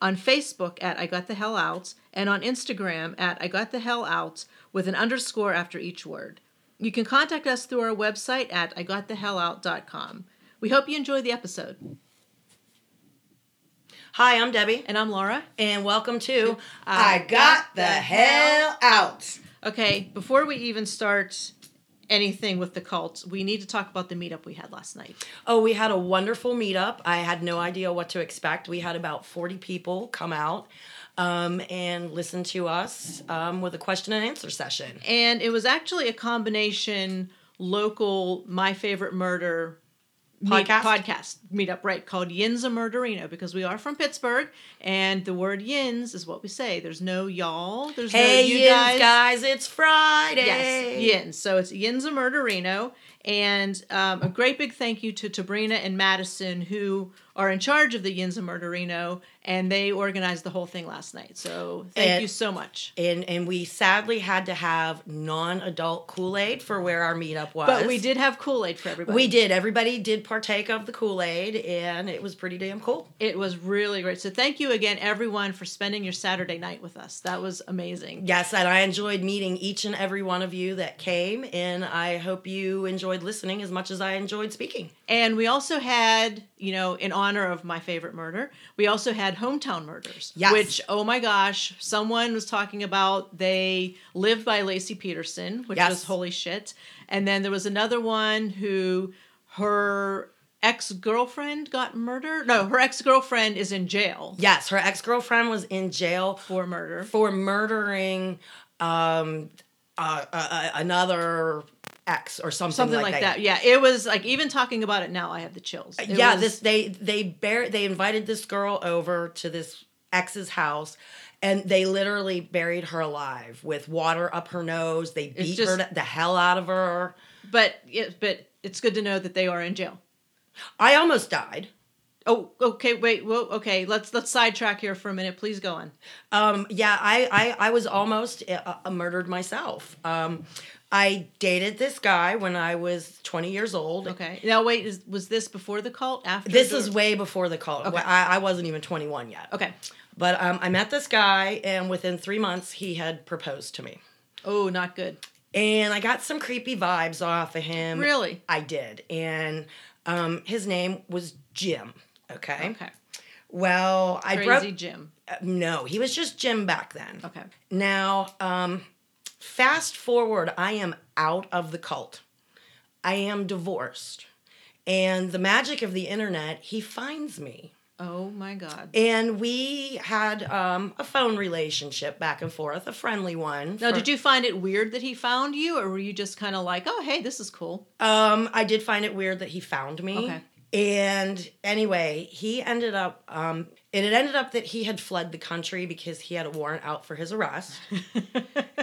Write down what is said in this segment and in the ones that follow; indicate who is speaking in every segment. Speaker 1: on Facebook at I Got The Hell Out, and on Instagram at I Got The Hell Out with an underscore after each word. You can contact us through our website at IGotTheHellOut.com. We hope you enjoy the episode.
Speaker 2: Hi, I'm Debbie,
Speaker 1: And I'm Laura.
Speaker 2: and welcome to
Speaker 1: I Got the Hell
Speaker 2: Out.
Speaker 1: Okay, before we even start anything with the cult, we need to talk about the meetup we had last night.
Speaker 2: Oh, we had a wonderful meetup. I had no idea what to expect. We had about 40 people come out um, and listen to us um, with a question and answer session.
Speaker 1: And it was actually a combination local My Favorite Murder meet-
Speaker 2: Podcast?
Speaker 1: podcast meetup, right, called Yinza Murderino because we are from Pittsburgh and the word yins is what we say. There's no y'all, there's
Speaker 2: Hey,
Speaker 1: no you
Speaker 2: yins, guys.
Speaker 1: guys.
Speaker 2: it's Friday.
Speaker 1: Yes, Yins. So it's Yins of Murderino. And um, a great big thank you to Tabrina and Madison, who are in charge of the Yins of Murderino, and they organized the whole thing last night. So thank
Speaker 2: And-
Speaker 1: you so much.
Speaker 2: And, and we sadly had to have non adult Kool Aid for where our meetup was.
Speaker 1: But we did have Kool Aid for everybody.
Speaker 2: We did. Everybody did partake of the Kool Aid, and it was pretty damn cool.
Speaker 1: It was really great. So thank you again, everyone, for spending your Saturday night with us. That was amazing.
Speaker 2: Yes, and I enjoyed meeting each and every one of you that came, and I hope you enjoyed listening as much as I enjoyed speaking.
Speaker 1: And we also had, you know, in honor of my favorite murder, we also had hometown murders.
Speaker 2: Yes.
Speaker 1: Which, oh my gosh, someone was talking about they lived by Lacey Peterson, which
Speaker 2: Yes.
Speaker 1: was holy shit. And then there was another one who her ex girlfriend got murdered. No, her ex girlfriend is in jail
Speaker 2: Yes, her ex girlfriend was in jail
Speaker 1: for murder.
Speaker 2: for murdering um, uh, uh, uh, another ex or something,
Speaker 1: Something like, that. Yeah. It was like even talking about it now, I have the chills. It
Speaker 2: yeah,
Speaker 1: was-
Speaker 2: this they they bear they invited this girl over to this ex's house. And they literally buried her alive with water up her nose. They beat
Speaker 1: just-
Speaker 2: her to- the hell out of her.
Speaker 1: but it, but it's good to know that they are in jail.
Speaker 2: I almost died.
Speaker 1: Oh, okay. Wait. Whoa. Okay. Let's let's sidetrack here for a minute. Please go on.
Speaker 2: Um, yeah, I, I, I was almost uh, uh, murdered myself. Um, I dated this guy when I was 20 years old.
Speaker 1: Okay. Now wait. Is, was this before the cult? After
Speaker 2: This
Speaker 1: the-
Speaker 2: is way before the cult.
Speaker 1: Okay.
Speaker 2: I, I wasn't even 21 yet.
Speaker 1: okay.
Speaker 2: But um, I met this guy, and within three months, he had proposed to me.
Speaker 1: Oh, not good.
Speaker 2: And I got some creepy vibes off of him.
Speaker 1: Really?
Speaker 2: I did. And um, his name was Jim. Okay.
Speaker 1: Okay.
Speaker 2: Well, I
Speaker 1: Crazy
Speaker 2: broke.
Speaker 1: Jim.
Speaker 2: uh, No, he was just Jim back then.
Speaker 1: Okay.
Speaker 2: Now, um, fast forward, I am out of the cult. I am divorced. And the magic of the internet, he finds me.
Speaker 1: Oh my God.
Speaker 2: And we had um, a phone relationship back and forth, a friendly one.
Speaker 1: Now, did you find it weird that he found you, or were you just kind of like, oh, hey, this is cool?
Speaker 2: Um, I did find it weird that he found me.
Speaker 1: Okay.
Speaker 2: And anyway, he ended up. Um, it had ended up that he had fled the country because he had a warrant out for his arrest.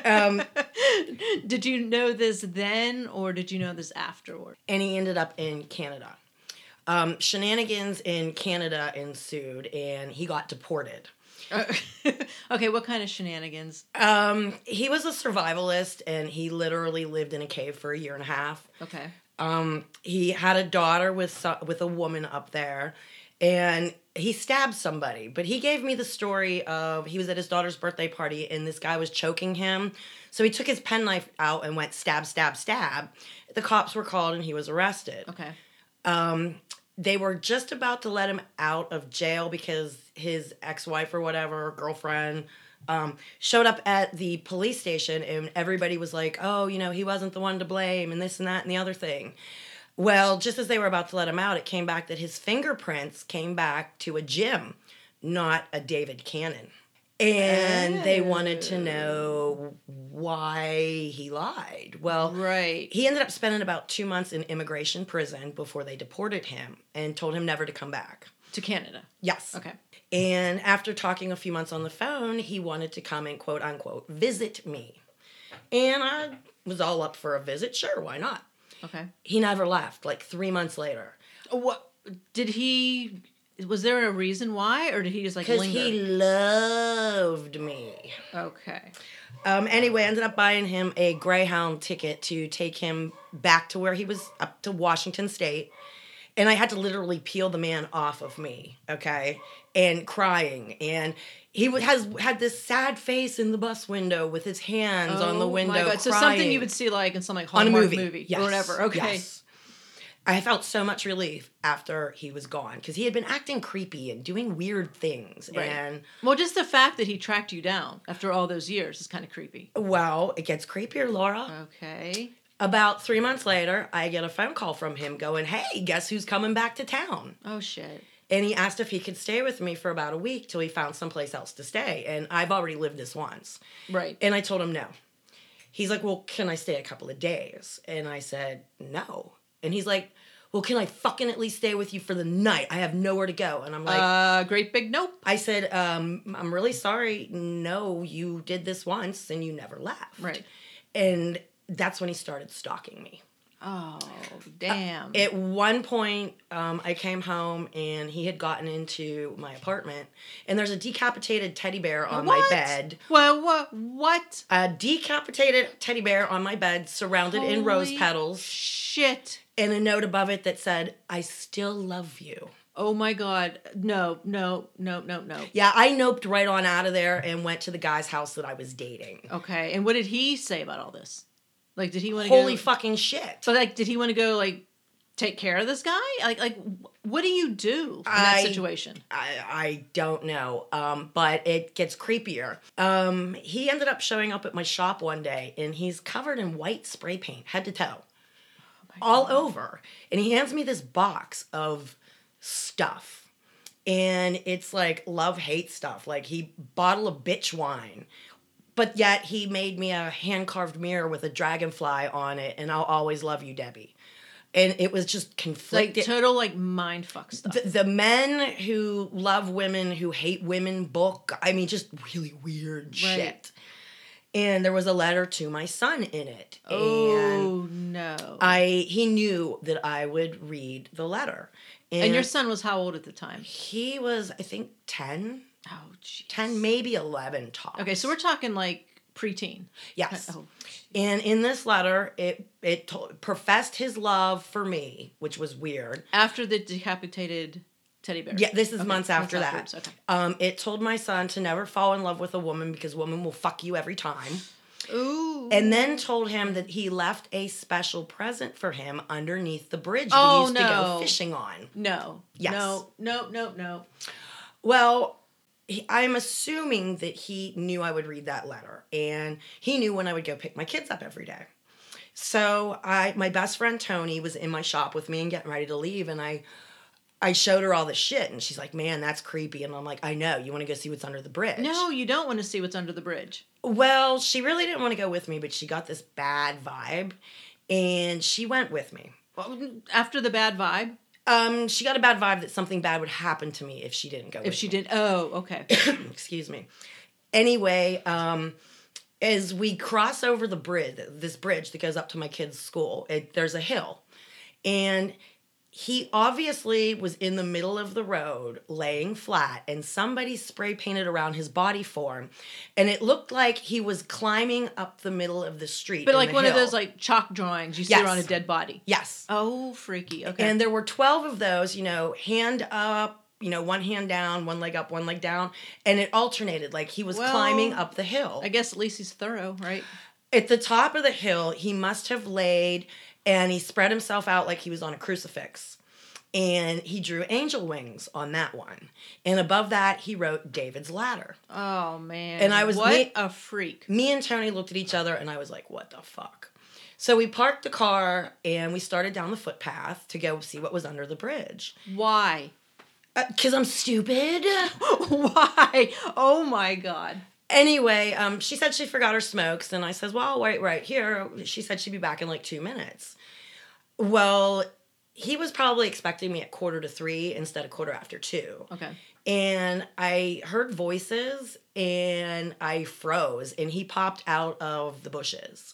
Speaker 2: um,
Speaker 1: Did you know this then, or did you know this afterward?
Speaker 2: and he ended up in Canada. Um, shenanigans in Canada ensued, and he got deported.
Speaker 1: okay. What kind of shenanigans?
Speaker 2: Um, he was a survivalist, and he literally lived in a cave for a year and a half.
Speaker 1: Okay.
Speaker 2: Um, he had a daughter with so- with a woman up there, and he stabbed somebody. But he gave me the story of he was at his daughter's birthday party, and this guy was choking him. So he took his penknife out and went stab, stab, stab. The cops were called, and he was arrested.
Speaker 1: Okay.
Speaker 2: they were just about to let him out of jail because his ex-wife or whatever girlfriend um, showed up at the police station and everybody was like oh you know he wasn't the one to blame and this and that and the other thing well just as they were about to let him out it came back that his fingerprints came back to a jim not a david cannon and they wanted to know why he lied well
Speaker 1: Right.
Speaker 2: he ended up spending about two months in immigration prison before they deported him and told him never to come back.
Speaker 1: to Canada.
Speaker 2: Yes.
Speaker 1: Okay.
Speaker 2: And after talking a few months on the phone, he wanted to come and quote unquote visit me. And I was all up for a visit. Sure, why not?
Speaker 1: Okay.
Speaker 2: He never left, like three months later.
Speaker 1: What did he? Was there a reason why, or did he just like
Speaker 2: Because
Speaker 1: linger?
Speaker 2: he loved me.
Speaker 1: Okay.
Speaker 2: Um, anyway, I ended up buying him a Greyhound ticket to take him back to where he was up to Washington State. And I had to literally peel the man off of me, okay? And crying. And he w- has had this sad face in the bus window with his hands on the
Speaker 1: Oh
Speaker 2: window.
Speaker 1: My God. So something you
Speaker 2: crying
Speaker 1: would see like in some like
Speaker 2: on a
Speaker 1: Hallmark
Speaker 2: movie,
Speaker 1: or whatever. Okay.
Speaker 2: yes. I felt so much relief after he was gone because he had been acting creepy and doing weird things.
Speaker 1: Right.
Speaker 2: And
Speaker 1: Well, just the fact that he tracked you down after all those years is kind of creepy.
Speaker 2: well, it gets creepier, Laura.
Speaker 1: Okay.
Speaker 2: About three months later, I get a phone call from him going, Hey, guess who's coming back to town?
Speaker 1: Oh shit.
Speaker 2: And he asked if he could stay with me for about a week till he found someplace else to stay. And I've already lived this once.
Speaker 1: Right.
Speaker 2: And I told him no. He's like, Well, can I stay a couple of days? And I said, No. And he's like, Well, can I fucking at least stay with you for the night? I have nowhere to go. And I'm like,
Speaker 1: uh, great big nope.
Speaker 2: I said, um, I'm really sorry. No, you did this once and you never left.
Speaker 1: Right.
Speaker 2: And that's when he started stalking me.
Speaker 1: Oh damn.
Speaker 2: At one point, um, I came home and he had gotten into my apartment, and there's a decapitated teddy bear on my
Speaker 1: What?
Speaker 2: bed.
Speaker 1: Well, what? What?
Speaker 2: A decapitated teddy bear on my bed, surrounded in rose
Speaker 1: Holy
Speaker 2: petals,
Speaker 1: Shit.
Speaker 2: and a note above it that said, I still love you.
Speaker 1: Oh my god. No. No. No. No. No.
Speaker 2: Yeah, I noped right on out of there and went to the guy's house that I was dating.
Speaker 1: Okay. And what did he say about all this? Like, did he want to
Speaker 2: Holy
Speaker 1: go,
Speaker 2: fucking shit.
Speaker 1: So like, did he want to go like take care of this guy? Like, like wh- what do you do in that
Speaker 2: I-
Speaker 1: situation?
Speaker 2: I, I don't know, um, but it gets creepier. Um, he ended up showing up at my shop one day and he's covered in white spray paint, head to toe, all over. And he hands me this box of stuff. And it's like love hate stuff, like he bottle of bitch wine. But yet he made me a hand carved mirror with a dragonfly on it, and I'll always love you, Debbie. And it was just
Speaker 1: Like
Speaker 2: conflicted
Speaker 1: total like mind fuck stuff.
Speaker 2: the, the men who love women who hate women book i mean just really weird shit and there was a letter to my son in it and
Speaker 1: oh no.
Speaker 2: i he knew that i would read the letter and,
Speaker 1: and your son was how old at the time?
Speaker 2: he was i think 10
Speaker 1: Oh jeez.
Speaker 2: 10 maybe 11 tops.
Speaker 1: Okay, so we're talking like preteen.
Speaker 2: yes
Speaker 1: Oh,
Speaker 2: and in this letter it it to- professed his love for me which was weird
Speaker 1: after the decapitated teddy bear.
Speaker 2: Yeah, this is months after that.
Speaker 1: afterwards, Okay.
Speaker 2: um, it told my son to never fall in love with a woman because woman will fuck you every time
Speaker 1: Ooh.
Speaker 2: and then told him that he left a special present for him underneath the bridge
Speaker 1: Oh,
Speaker 2: we used to
Speaker 1: no.
Speaker 2: go fishing on.
Speaker 1: no.
Speaker 2: Yes.
Speaker 1: No. No. No. No.
Speaker 2: Well, he, I'm assuming that he knew I would read that letter and he knew when I would go pick my kids up every day. So I my best friend Tony was in my shop with me and getting ready to leave and I I showed her all the shit and she's like, "Man, that's creepy." And I'm like, "I know. You want to go see what's under the bridge?"
Speaker 1: No. You don't want to see what's under the bridge.
Speaker 2: Well, she really didn't want to go with me, but she got this bad vibe and she went with me. mm.
Speaker 1: Well, after the bad vibe,
Speaker 2: Um, she got a bad vibe that something bad would happen to me if she didn't go.
Speaker 1: if she did. Oh. Okay.
Speaker 2: did, excuse me. Anyway, um, as we cross over the bridge, this bridge that goes up to my kid's school, it, there's a hill, and he obviously was in the middle of the road, laying flat, and somebody spray painted around his body form, and it looked like he was climbing up the middle of the street.
Speaker 1: But
Speaker 2: in
Speaker 1: like
Speaker 2: the
Speaker 1: one of
Speaker 2: hill.
Speaker 1: those like chalk drawings you see
Speaker 2: Yes.
Speaker 1: on a dead body.
Speaker 2: yes,
Speaker 1: Oh, freaky. Okay.
Speaker 2: And there were 12 of those, you know, hand up, you know, one hand down, one leg up, one leg down. And it alternated. Like he was
Speaker 1: Well,
Speaker 2: climbing up the hill.
Speaker 1: I guess at least he's thorough, right?
Speaker 2: At the top of the hill, he must have laid and he spread himself out like he was on a crucifix. And he drew angel wings on that one. And above that, he wrote David's Ladder.
Speaker 1: Oh man.
Speaker 2: And I was
Speaker 1: what
Speaker 2: me-
Speaker 1: a freak.
Speaker 2: Me and Tony looked at each other and I was like, what the fuck? So we parked the car and we started down the footpath to go see what was under the bridge.
Speaker 1: Why?
Speaker 2: Because I'm stupid.
Speaker 1: Why? Oh my god.
Speaker 2: Anyway, um, she said she forgot her smokes, and I says, "Well, I'll wait right here." She said she'd be back in like two minutes. Well, he was probably expecting me at quarter to three instead of quarter after two.
Speaker 1: Okay.
Speaker 2: And I heard voices and I froze and he popped out of the bushes.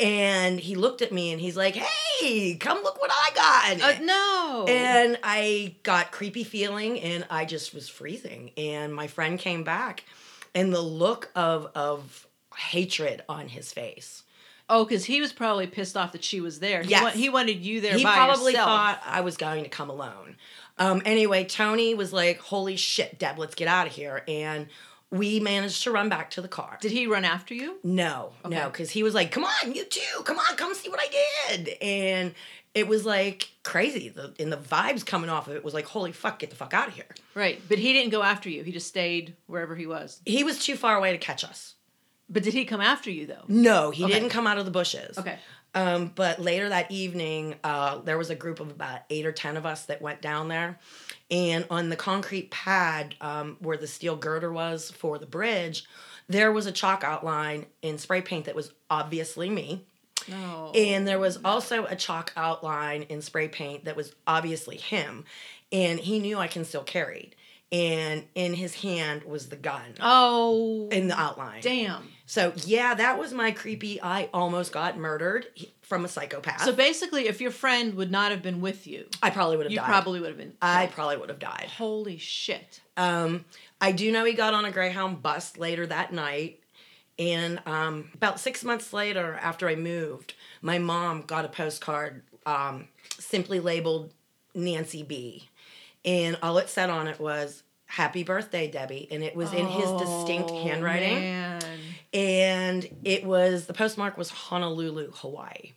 Speaker 2: And he looked at me and he's like, Hey, come look what I got.
Speaker 1: Uh, no.
Speaker 2: And I got creepy feeling and I just was freezing. And my friend came back and the look of of hatred on his face.
Speaker 1: oh, because he was probably pissed off that she was there. He
Speaker 2: Yes.
Speaker 1: wa- he wanted you there
Speaker 2: he
Speaker 1: by
Speaker 2: probably
Speaker 1: yourself.
Speaker 2: thought I was going to come alone. Um, anyway, Tony was like, "Holy shit, Deb, let's get out of here!" And we managed to run back to the car.
Speaker 1: Did he run after you?
Speaker 2: no, no,
Speaker 1: Okay.
Speaker 2: because he was like, "Come on, you too! Come on, come see what I did!" And it was like crazy. The, and the vibes coming off of it was like, "Holy fuck, get the fuck out of here!"
Speaker 1: Right. But he didn't go after you. He just stayed wherever he was.
Speaker 2: He was too far away to catch us.
Speaker 1: But did he come after you though?
Speaker 2: No, he
Speaker 1: Okay.
Speaker 2: didn't come out of the bushes.
Speaker 1: Okay.
Speaker 2: Um, but later that evening, uh, there was a group of about eight or ten of us that went down there, and on the concrete pad um, where the steel girder was for the bridge, there was a chalk outline in spray paint that was obviously me,
Speaker 1: No.
Speaker 2: and there was also a chalk outline in spray paint that was obviously him, and he knew I can still carried, and in his hand was the gun
Speaker 1: oh.
Speaker 2: in the outline.
Speaker 1: damn.
Speaker 2: So yeah, that was my creepy. I almost got murdered from a psychopath.
Speaker 1: So basically, if your friend would not have been with you,
Speaker 2: I probably would have
Speaker 1: you
Speaker 2: died.
Speaker 1: probably would have been.
Speaker 2: I
Speaker 1: killed.
Speaker 2: probably would have died.
Speaker 1: Holy shit.
Speaker 2: Um, I do know he got on a Greyhound bus later that night. And um, about six months later, after I moved, my mom got a postcard um, simply labeled Nancy B. And all it said on it was, Happy birthday, Debbie. And it was in his distinct
Speaker 1: Oh,
Speaker 2: handwriting.
Speaker 1: man.
Speaker 2: And it was, the postmark was Honolulu, Hawaii.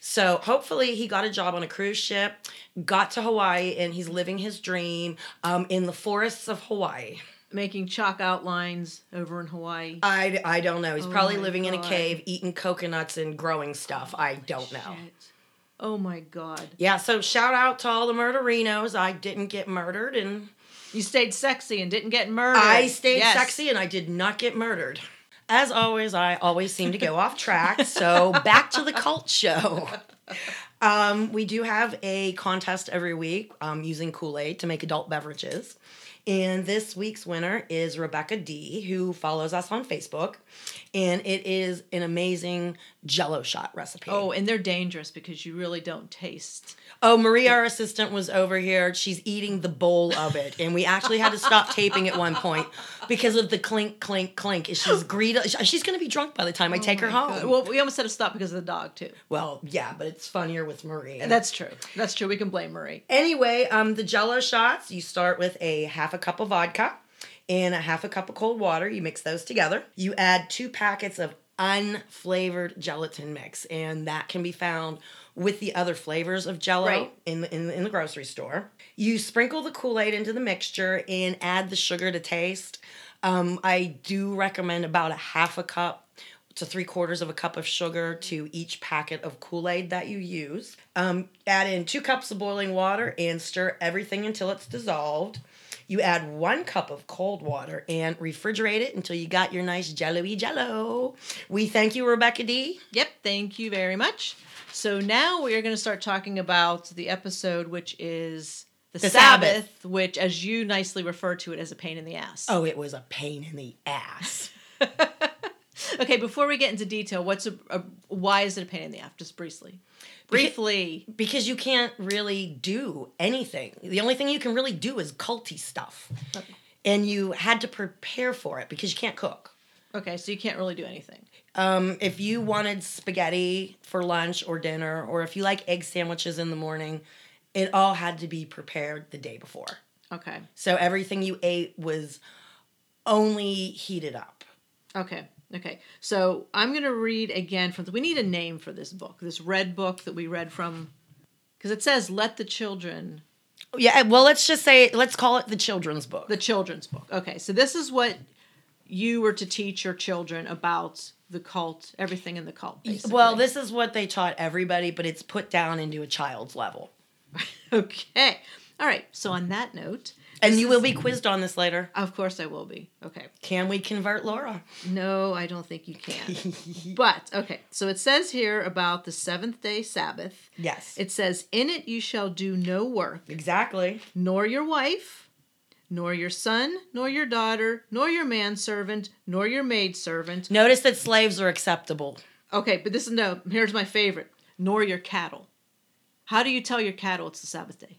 Speaker 2: So hopefully he got a job on a cruise ship, got to Hawaii, and he's living his dream um, in the forests of Hawaii.
Speaker 1: Making chalk outlines over in Hawaii.
Speaker 2: I, I don't know. He's
Speaker 1: Oh
Speaker 2: probably
Speaker 1: my
Speaker 2: living in a
Speaker 1: God.
Speaker 2: cave, eating coconuts and growing stuff. I don't know.
Speaker 1: Shit. Oh my god.
Speaker 2: Yeah, so shout out to all the murderinos. I didn't get murdered, and
Speaker 1: You stayed sexy and didn't get murdered.
Speaker 2: I stayed
Speaker 1: Yes.
Speaker 2: sexy, and I did not get murdered. As always, I always seem to go off track. So back to the cult show. Um, we do have a contest every week um, using Kool Aid to make adult beverages. And this week's winner is Rebecca D, who follows us on Facebook. And it is an amazing jello shot recipe.
Speaker 1: Oh, and they're dangerous because you really don't taste.
Speaker 2: Oh, Marie, our assistant, was over here. She's eating the bowl of it, and we actually had to stop taping at one point because of the clink, clink, clink. Is she's greedy? She's gonna be drunk by the time I take her home. Well,
Speaker 1: Well, we almost had to stop because of the dog too.
Speaker 2: yeah, but it's funnier with Marie.
Speaker 1: That's true. That's true. We can blame Marie.
Speaker 2: anyway, um, the Jello shots. You start with a half a cup of vodka and a half a cup of cold water. You mix those together. You add two packets of unflavored gelatin mix, and that can be found with the other flavors of Jello
Speaker 1: Right.
Speaker 2: in the, in the, in the grocery store. You sprinkle the Kool Aid into the mixture and add the sugar to taste. Um, I do recommend about a half a cup to three quarters of a cup of sugar to each packet of Kool Aid that you use. Um, add in two cups of boiling water and stir everything until it's dissolved. You add one cup of cold water and refrigerate it until you got your nice jello-y jello. We thank you, Rebecca D.
Speaker 1: Yep. Thank you very much. So now we are going to start talking about the episode, which is the,
Speaker 2: The
Speaker 1: Sabbath,
Speaker 2: Sabbath.
Speaker 1: which, as you nicely refer to it, as a pain in the ass.
Speaker 2: Oh, it was a pain in the ass.
Speaker 1: Okay. Before we get into detail, what's a, a why is it a pain in the ass? Just briefly. Briefly.
Speaker 2: because you can't really do anything. The only thing you can really do is culty stuff. And you had to prepare for it because you can't cook.
Speaker 1: Okay. So you can't really do anything.
Speaker 2: Um, if you wanted spaghetti for lunch or dinner, or if you like egg sandwiches in the morning, it all had to be prepared the day before.
Speaker 1: Okay.
Speaker 2: So everything you ate was only heated up.
Speaker 1: Okay. Okay. So I'm going to read again from. We need a name for this book, this red book that we read from, because it says "Let the Children,"
Speaker 2: Yeah, well, let's just say, let's call it the children's book.
Speaker 1: the children's book. Okay. So this is what you were to teach your children about the cult, everything in the cult. Basically.
Speaker 2: well, this is what they taught everybody, but it's put down into a child's level.
Speaker 1: okay. All right. So on that note,
Speaker 2: And you will be quizzed on this later.
Speaker 1: Of course, I will be. Okay.
Speaker 2: Can we convert Laura?
Speaker 1: No, I don't think you can. but, okay. So it says here about the seventh day Sabbath.
Speaker 2: Yes.
Speaker 1: It says, In it you shall do no work,
Speaker 2: Exactly.
Speaker 1: nor your wife, nor your son, nor your daughter, nor your manservant, nor your maidservant.
Speaker 2: Notice that slaves are acceptable.
Speaker 1: Okay, but this is no, here's my favorite, nor your cattle. How do you tell your cattle it's the Sabbath day?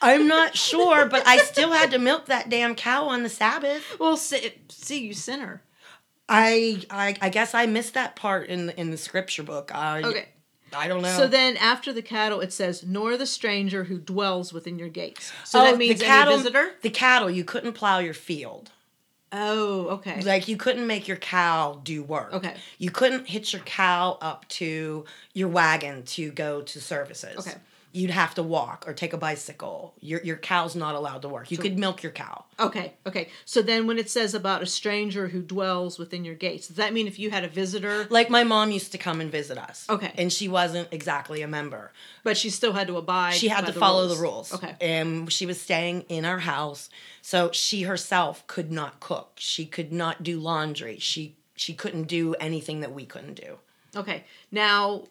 Speaker 2: I'm not sure, but I still had to milk that damn cow on the Sabbath.
Speaker 1: Well, see, see you sinner.
Speaker 2: I I, I guess I missed that part in in the scripture book. I,
Speaker 1: Okay.
Speaker 2: I don't know.
Speaker 1: So then, after the cattle, it says, "Nor the stranger who dwells within your gates." So
Speaker 2: Oh,
Speaker 1: that means
Speaker 2: the cattle,
Speaker 1: any visitor.
Speaker 2: The cattle, you couldn't plow your field.
Speaker 1: Oh, okay.
Speaker 2: Like you couldn't make your cow do work.
Speaker 1: Okay.
Speaker 2: You couldn't hitch your cow up to your wagon to go to services.
Speaker 1: Okay.
Speaker 2: You'd have to walk or take a bicycle. Your your cow's not allowed to work. You could milk your cow.
Speaker 1: okay. Okay. So then, when it says about a stranger who dwells within your gates, does that mean if you had a visitor,
Speaker 2: Like my mom used to come and visit us.
Speaker 1: Okay.
Speaker 2: And she wasn't exactly a member.
Speaker 1: but she still had to abide?
Speaker 2: She had
Speaker 1: by
Speaker 2: to follow the rules.
Speaker 1: Okay.
Speaker 2: And she was staying in our house. So she herself could not cook. She could not do laundry. She she couldn't do anything that we couldn't do.
Speaker 1: Okay. Now,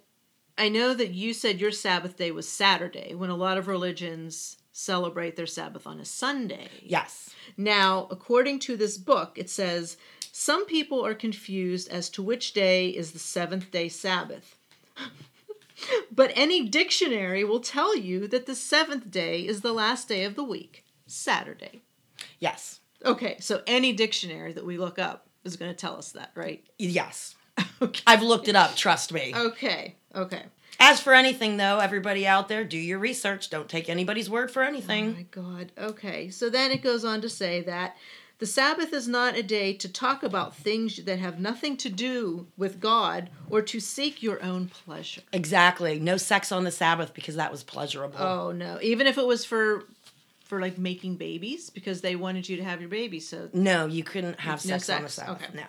Speaker 1: I know that you said your Sabbath day was Saturday, when a lot of religions celebrate their Sabbath on a Sunday.
Speaker 2: Yes.
Speaker 1: Now, according to this book, it says some people are confused as to which day is the seventh day Sabbath. but any dictionary will tell you that the seventh day is the last day of the week, Saturday.
Speaker 2: Yes.
Speaker 1: Okay, so any dictionary that we look up is going to tell us that, right?
Speaker 2: Yes. I've looked it up, trust me.
Speaker 1: Okay, okay.
Speaker 2: As for anything though, everybody out there, do your research. Don't take anybody's word for
Speaker 1: Oh
Speaker 2: anything.
Speaker 1: my God. Okay. So then it goes on to say that the Sabbath is not a day to talk about things that have nothing to do with God or to seek your own pleasure.
Speaker 2: Exactly. No sex on the Sabbath because that was pleasurable.
Speaker 1: Oh no. Even if it was for for like making babies because they wanted you to have your baby. So
Speaker 2: No, you couldn't have
Speaker 1: No
Speaker 2: sex, on the
Speaker 1: sex.
Speaker 2: Sabbath.
Speaker 1: Okay.
Speaker 2: No.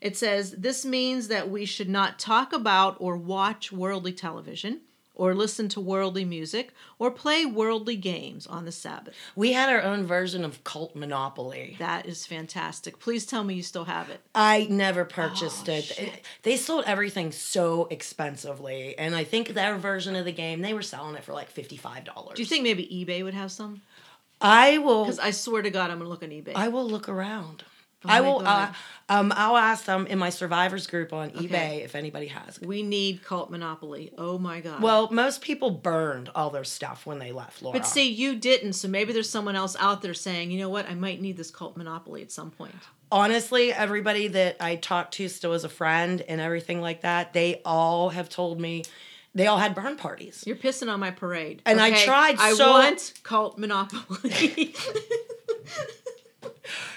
Speaker 1: it says this means that we should not talk about or watch worldly television or listen to worldly music or play worldly games on the Sabbath.
Speaker 2: We had our own version of cult monopoly.
Speaker 1: That is fantastic. Please tell me you still have it.
Speaker 2: I never purchased
Speaker 1: Oh,
Speaker 2: it.
Speaker 1: shit.
Speaker 2: They sold everything so expensively, and I think their version of the game they were selling it for like fifty five dollars.
Speaker 1: Do you think maybe eBay would have some?
Speaker 2: I will?
Speaker 1: Because I swear to God, I'm gonna look on eBay.
Speaker 2: I will look around.
Speaker 1: my
Speaker 2: I will. Uh,
Speaker 1: God.
Speaker 2: um, I'll ask them in my survivors group on
Speaker 1: Okay.
Speaker 2: eBay if anybody has. it.
Speaker 1: we need cult monopoly. Oh my God.
Speaker 2: Well, most people burned all their stuff when they left, Laura.
Speaker 1: but see, you didn't. So maybe there's someone else out there saying, you know what, I might need this cult monopoly at some point.
Speaker 2: honestly, everybody that I talked to still as a friend and everything like that, they all have told me they all had burn parties.
Speaker 1: You're pissing on my parade.
Speaker 2: And I tried
Speaker 1: I
Speaker 2: so-
Speaker 1: want cult monopoly.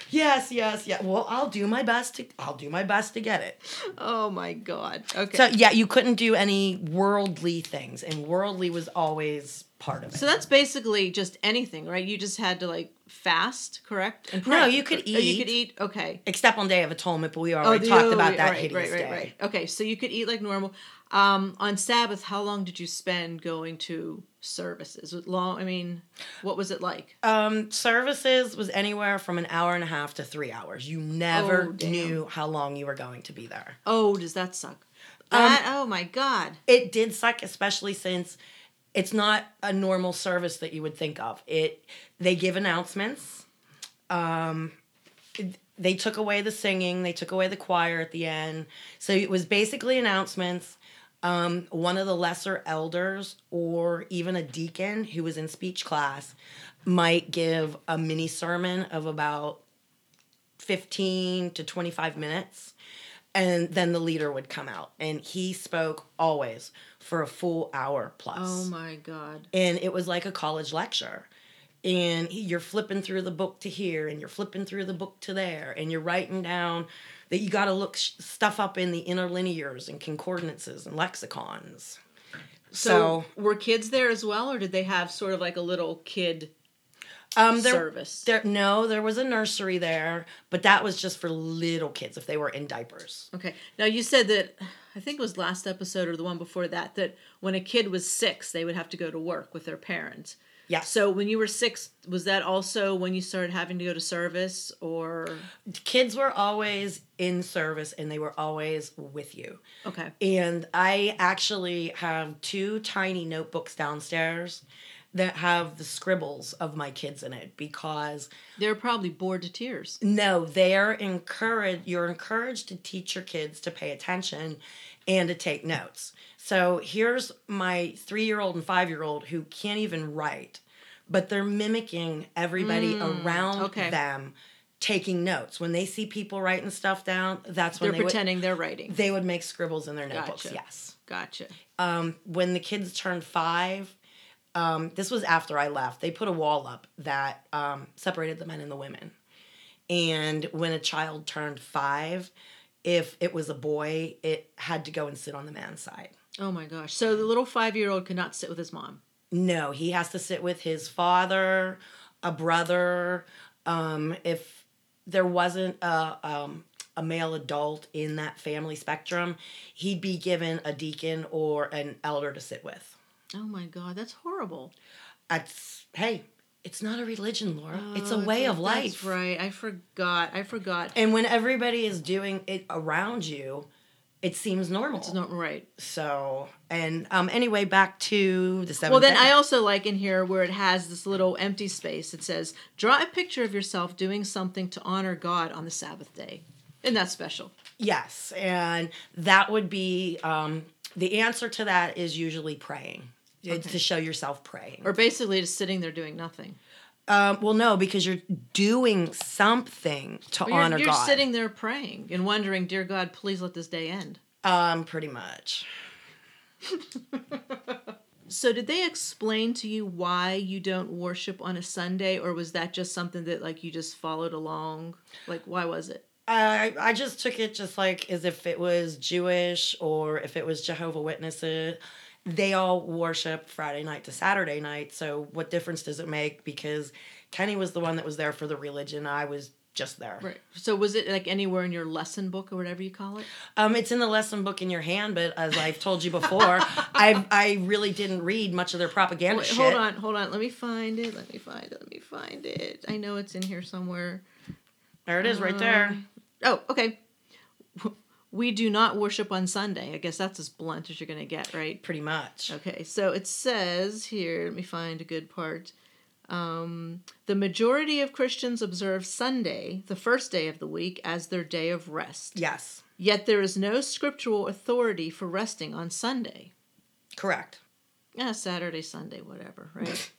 Speaker 2: Yes, yes, yeah. Well, I'll do my best to I'll do my best to get it.
Speaker 1: oh my God. Okay.
Speaker 2: So
Speaker 1: So,
Speaker 2: yeah, you couldn't do any worldly things, and worldly was always part of it.
Speaker 1: that's basically just anything, right? You just had to like fast, correct? And
Speaker 2: No,
Speaker 1: pray.
Speaker 2: you could
Speaker 1: Oh, you
Speaker 2: eat.
Speaker 1: could eat. Okay.
Speaker 2: Except on Day of Atonement, but we
Speaker 1: Oh,
Speaker 2: already
Speaker 1: the-
Speaker 2: talked
Speaker 1: oh,
Speaker 2: about
Speaker 1: yeah,
Speaker 2: that
Speaker 1: right,
Speaker 2: hideous
Speaker 1: right,
Speaker 2: day.
Speaker 1: right, right. Okay, so you could eat like normal. Um, on Sabbath, how long did you spend going to services? Was it Long, I mean, what was it like?
Speaker 2: Um, services was anywhere from an hour and a half to three hours. You never
Speaker 1: Oh, damn.
Speaker 2: knew how long you were going to be there.
Speaker 1: Oh, does that suck?
Speaker 2: um,
Speaker 1: That, oh my God.
Speaker 2: it did suck especially since it's not a normal service that you would think of it they give announcements um it- they took away the singing they took away the choir at the end so it was basically announcements um, one of the lesser elders or even a deacon who was in speech class might give a mini sermon of about 15 to 25 minutes and then the leader would come out and he spoke always for a full hour plus
Speaker 1: Oh my God.
Speaker 2: and it was like a college lecture and he- you're flipping through the book to here and you're flipping through the book to there and you're writing down that you got to look sh- stuff up in the interlinears and concordances and lexicons so,
Speaker 1: were kids there as well, or did they have sort of like a little kid
Speaker 2: um there,
Speaker 1: service?
Speaker 2: there no there was a nursery there but that was just for little kids if they were in diapers
Speaker 1: Okay. Now you said that I think it was last episode or the one before that that when a kid was six, they would have to go to work with their parents.
Speaker 2: Yeah.
Speaker 1: So when you were six, was that also when you started having to go to service or?
Speaker 2: Kids were always in service and they were always with you.
Speaker 1: Okay.
Speaker 2: And I actually have two tiny notebooks downstairs that have the scribbles of my kids in it because
Speaker 1: They were probably bored to tears.
Speaker 2: no, they're encouraged. You're encouraged to teach your kids to pay attention and to take notes. So here's my three year old and five year old who can't even write, but they're mimicking everybody around
Speaker 1: Mm, okay.
Speaker 2: them taking notes. When they see people writing stuff down, that's when
Speaker 1: They're
Speaker 2: they would,
Speaker 1: pretending they're writing.
Speaker 2: they would make scribbles in their notebooks.
Speaker 1: Gotcha.
Speaker 2: Yes
Speaker 1: Gotcha.
Speaker 2: um, when the kids turned five, um, this was after I left, they put a wall up that um, separated the men and the women. And when a child turned five, if it was a boy, it had to go and sit on the man's side.
Speaker 1: Oh my gosh. So the little five year old could not sit with his mom.
Speaker 2: No, he has to sit with his father, a brother. Um, if there wasn't a, um, a male adult in that family spectrum, he'd be given a deacon or an elder to sit with.
Speaker 1: Oh my God. That's horrible.
Speaker 2: That's hey, it's not a religion, Laura. it's a
Speaker 1: Oh,
Speaker 2: way
Speaker 1: that-
Speaker 2: of life.
Speaker 1: That's right. I forgot. I forgot.
Speaker 2: And when everybody is doing it around you, it seems normal.
Speaker 1: It's not right.
Speaker 2: so, and um, anyway, back to the seven.
Speaker 1: Well, then I also like in here where it has this little empty space. It says, "Draw a picture of yourself doing something to honor God on the Sabbath day," and that's special.
Speaker 2: yes, and that would be um, the answer to that is usually praying. It's
Speaker 1: Okay.
Speaker 2: to show yourself praying.
Speaker 1: Or basically, just sitting there doing nothing.
Speaker 2: Um, well, no, because you're doing something to
Speaker 1: But
Speaker 2: honor
Speaker 1: you're you're
Speaker 2: God.
Speaker 1: sitting there praying and wondering, "Dear God, please let this day end."
Speaker 2: um, pretty much.
Speaker 1: So, did they explain to you why you don't worship on a Sunday, or was that just something that like you just followed along? Like, why was it?
Speaker 2: I I just took it just like as if it was Jewish or if it was Jehovah Witnesses. They all worship Friday night to Saturday night. So what difference does it make? Because Kenny was the one that was there for the religion. I was just there.
Speaker 1: Right. So, was it like anywhere in your lesson book or whatever you call it?
Speaker 2: Um, it's in the lesson book in your hand, but as I've told you before, I I really didn't read much of their propaganda
Speaker 1: Wait,
Speaker 2: Oh, shit.
Speaker 1: hold on, hold on. Let me find it. Let me find it. Let me find it. I know it's in here somewhere.
Speaker 2: There it is, right there.
Speaker 1: Oh, okay. We do not worship on Sunday. I guess that's as blunt as you're going to get, right?
Speaker 2: Pretty much.
Speaker 1: Okay, so it says here, let me find a good part. Um, the majority of Christians observe Sunday, the first day of the week, as their day of rest.
Speaker 2: Yes,
Speaker 1: Yet there is no scriptural authority for resting on Sunday.
Speaker 2: correct.
Speaker 1: Yeah, Saturday, Sunday, whatever, right?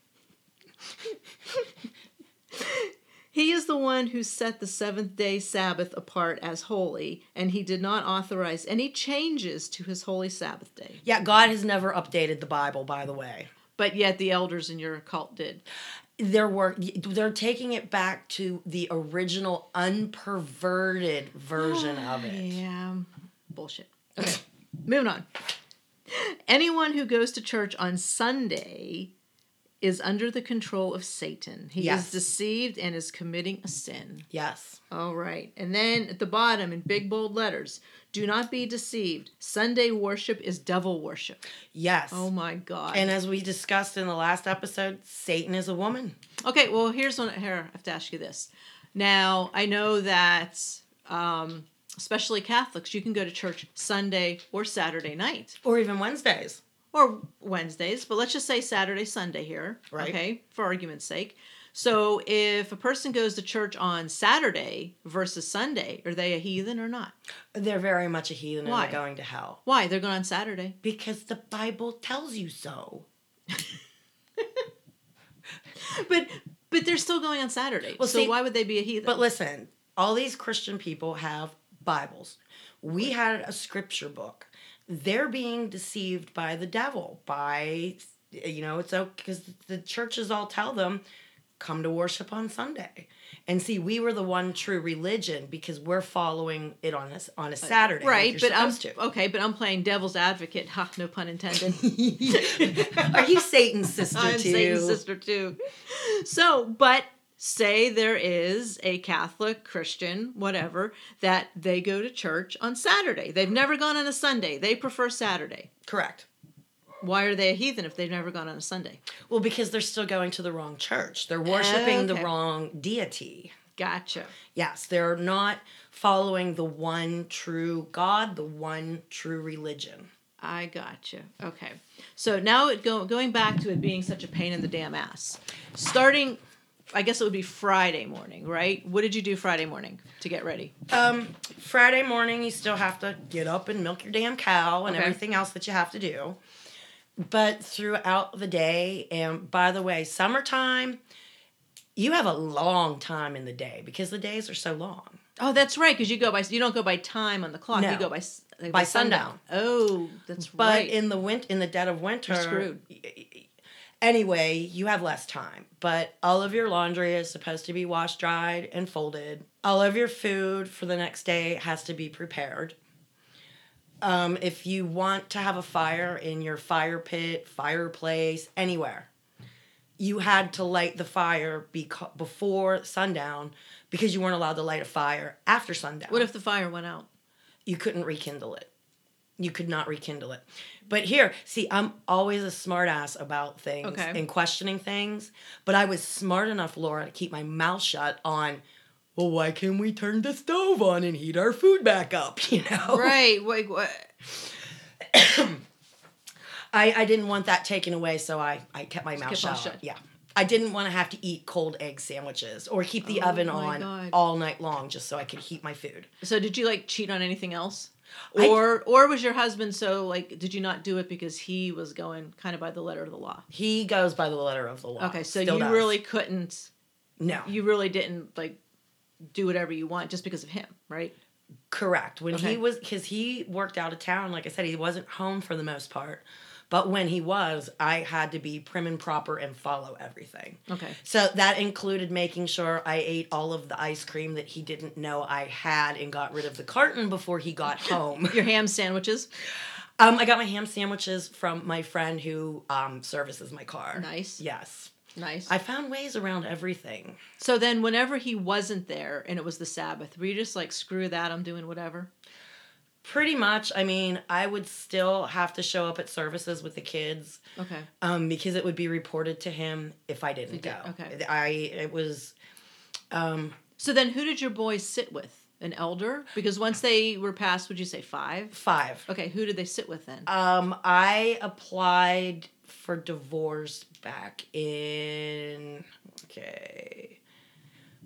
Speaker 1: he is the one who set the seventh day Sabbath apart as holy, and he did not authorize any changes to his holy Sabbath day.
Speaker 2: Yeah, God has never updated the Bible, by the way.
Speaker 1: But yet the elders in your cult did.
Speaker 2: their work they're taking it back to the original unperverted version of it
Speaker 1: Yeah, bullshit. Okay, moving on. Anyone who goes to church on Sunday is under the control of Satan. He
Speaker 2: Yes.
Speaker 1: is deceived and is committing a sin.
Speaker 2: yes
Speaker 1: All right. And then at the bottom in big bold letters, do not be deceived. Sunday worship is devil worship.
Speaker 2: yes
Speaker 1: Oh my God.
Speaker 2: and as we discussed in the last episode satan is a woman
Speaker 1: okay, well, here's one. Here, I have to ask you this. Now, I know that, um, especially Catholics, you can go to church Sunday or Saturday night
Speaker 2: or even wednesdays
Speaker 1: or Wednesdays, but let's just say Saturday, Sunday here.
Speaker 2: Right.
Speaker 1: Okay, for argument's sake. So if a person goes to church on Saturday versus Sunday, are they a heathen or not?
Speaker 2: they're very much a heathen and
Speaker 1: Why?
Speaker 2: they're going to hell
Speaker 1: Why? They're going on Saturday.
Speaker 2: because the bible tells you so
Speaker 1: But but they're still going on Saturday.
Speaker 2: Well,
Speaker 1: so
Speaker 2: see-
Speaker 1: why would they be a heathen?
Speaker 2: but listen all these christian people have bibles we had a scripture book they're being deceived by the devil by you know it's okay because the churches all tell them come to worship on sunday and see we were the one true religion because we're following it on us on a saturday like
Speaker 1: right,
Speaker 2: you're
Speaker 1: but I'm
Speaker 2: supposed
Speaker 1: okay, but I'm playing devil's advocate. Ha, no pun intended.
Speaker 2: to. are you satan's sister
Speaker 1: I'm
Speaker 2: too
Speaker 1: Satan's sister too. So, but say there is a Catholic, Christian, whatever, that they go to church on Saturday. They've never gone on a Sunday. They prefer Saturday.
Speaker 2: correct
Speaker 1: Why are they a heathen if they've never gone on a Sunday?
Speaker 2: Well, because they're still going to the wrong church. They're worshiping the
Speaker 1: Okay.
Speaker 2: wrong deity.
Speaker 1: Gotcha.
Speaker 2: Yes, they're not following the one true God, the one true religion.
Speaker 1: I gotcha. Okay. So now it go, going back to it being such a pain in the damn ass. Starting, I guess it would be Friday morning, right? What did you do Friday morning to get ready?
Speaker 2: Um, Friday morning, you still have to get up and milk your damn cow and
Speaker 1: Okay.
Speaker 2: everything else that you have to do. But throughout the day, and by the way, summertime, you have a long time in the day because the days are so long.
Speaker 1: Oh, that's right, because you go by you don't go by time on the clock.
Speaker 2: No.
Speaker 1: You go by s- like
Speaker 2: By sundown.
Speaker 1: Oh, that's
Speaker 2: But
Speaker 1: right.
Speaker 2: in the win- in the dead of winter,
Speaker 1: screwed.
Speaker 2: y- y- Anyway, you have less time, but all of your laundry is supposed to be washed, dried, and folded. All of your food for the next day has to be prepared. Um, if you want to have a fire in your fire pit, fireplace, anywhere, you had to light the fire beca- before sundown because you weren't allowed to light a fire after sundown
Speaker 1: what if the fire went out?
Speaker 2: you couldn't rekindle it. You could not rekindle it. But here, see, I'm always a smartass about things
Speaker 1: Okay.
Speaker 2: and questioning things. But I was smart enough, Laura, to keep my mouth shut on, well, why can we turn the stove on and heat our food back up? You know?
Speaker 1: Right. Like what?
Speaker 2: I, I didn't want that taken away, so I, I kept my mouth
Speaker 1: kept
Speaker 2: shut.
Speaker 1: mouth shut.
Speaker 2: Yeah. I didn't want to have to eat cold egg sandwiches or keep the
Speaker 1: Oh
Speaker 2: oven
Speaker 1: my
Speaker 2: on
Speaker 1: God.
Speaker 2: all night long just so I could heat my food.
Speaker 1: So did you like cheat on anything else?
Speaker 2: I-
Speaker 1: Or or was your husband so like did you not do it because he was going kind of by the letter of the law?
Speaker 2: He goes by the letter of the law.
Speaker 1: Okay, so
Speaker 2: Ah, Still
Speaker 1: you
Speaker 2: does.
Speaker 1: really couldn't
Speaker 2: no.
Speaker 1: you really didn't like do whatever you want just because of him, right?
Speaker 2: Correct. When
Speaker 1: Okay.
Speaker 2: he was, because he worked out of town, like I said, he wasn't home for the most part. But when he was, I had to be prim and proper and follow everything.
Speaker 1: Okay.
Speaker 2: So that included making sure I ate all of the ice cream that he didn't know I had and got rid of the carton before he got home.
Speaker 1: Your ham sandwiches.
Speaker 2: um, I got my ham sandwiches from my friend who um, services my car.
Speaker 1: Nice.
Speaker 2: Yes.
Speaker 1: Nice.
Speaker 2: I found ways around everything.
Speaker 1: so then whenever he wasn't there and it was the Sabbath, were you just like screw that, I'm doing whatever?
Speaker 2: Pretty much, I mean, I would still have to show up at services with the kids.
Speaker 1: Okay.
Speaker 2: um, because it would be reported to him if I didn't
Speaker 1: did,
Speaker 2: go.
Speaker 1: okay.
Speaker 2: I it was
Speaker 1: So then who did your boys sit with? An elder? Because once they were past, would you say five?
Speaker 2: five.
Speaker 1: Okay, who did they sit with then?
Speaker 2: Um, I applied for divorce back in okay.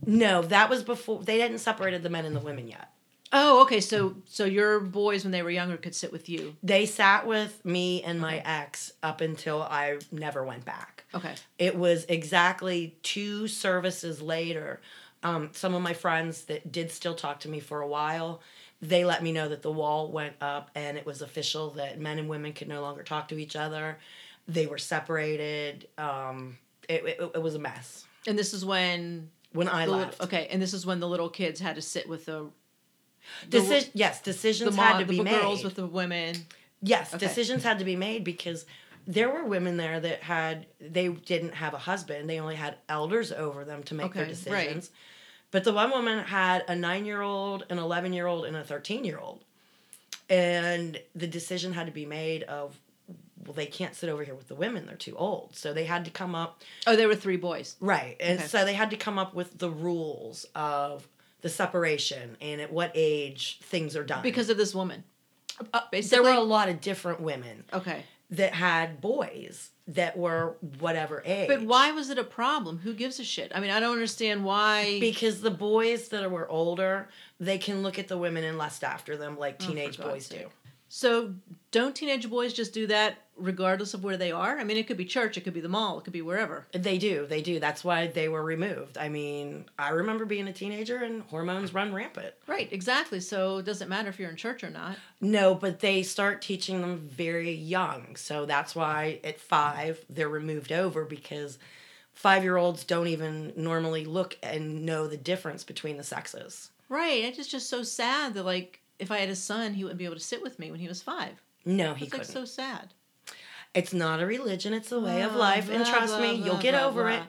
Speaker 2: No, that was before they hadn't separated the men and the women yet.
Speaker 1: Oh, okay. So so your boys when they were younger could sit with you.
Speaker 2: They sat with me and my ex up until I never went back.
Speaker 1: Okay.
Speaker 2: It was exactly two services later. Um, some of my friends that did still talk to me for a while, they let me know that the wall went up and it was official that men and women could no longer talk to each other. They were separated. Um, it, it, it was a mess
Speaker 1: And this is when
Speaker 2: when I
Speaker 1: the lit-
Speaker 2: left.
Speaker 1: okay, and this is when the little kids had to sit with the the-
Speaker 2: Deci- yes,
Speaker 1: the,
Speaker 2: decisions
Speaker 1: mo-
Speaker 2: had to
Speaker 1: the
Speaker 2: be made.
Speaker 1: girls with the women.
Speaker 2: Yes,
Speaker 1: Okay.
Speaker 2: decisions had to be made because there were women there that had they didn't have a husband. They only had elders over them to make their
Speaker 1: Okay, right.
Speaker 2: decisions. But the one woman had a 9-year-old, an 11-year-old and a 13-year-old. And the decision had to be made of well they can't sit over here with the women. They're too old. So they had to come up
Speaker 1: Oh, there were three boys.
Speaker 2: Right. And
Speaker 1: Okay.
Speaker 2: so they had to come up with the rules of the separation and at what age things are done.
Speaker 1: Because of this woman. Uh,
Speaker 2: there
Speaker 1: basically.
Speaker 2: were a lot of different women
Speaker 1: okay.
Speaker 2: that had boys that were whatever age.
Speaker 1: But why was it a problem? Who gives a shit? I mean, I don't understand why
Speaker 2: Because the boys that were older, they can look at the women and lust after them like
Speaker 1: Oh, for
Speaker 2: teenage
Speaker 1: God's
Speaker 2: boys
Speaker 1: sake.
Speaker 2: do.
Speaker 1: So don't teenage boys just do that regardless of where they are? I mean, it could be church, it could be the mall, it could be wherever.
Speaker 2: They do, they do. That's why they were removed. I mean, I remember being a teenager and hormones run rampant.
Speaker 1: Right, exactly. So it doesn't matter if you're in church or not.
Speaker 2: No, but they start teaching them very young. So that's why at five, they're removed over because five year olds don't even normally look and know the difference between the sexes.
Speaker 1: Right. It's just, just so sad that like if I had a son, he wouldn't be able to sit with me when he was five.
Speaker 2: No, he
Speaker 1: It's like
Speaker 2: couldn't.
Speaker 1: so sad.
Speaker 2: It's not a religion, it's a way of
Speaker 1: Blah,
Speaker 2: life. And
Speaker 1: blah,
Speaker 2: trust
Speaker 1: blah,
Speaker 2: me,
Speaker 1: blah,
Speaker 2: you'll get
Speaker 1: blah,
Speaker 2: over
Speaker 1: blah.
Speaker 2: it.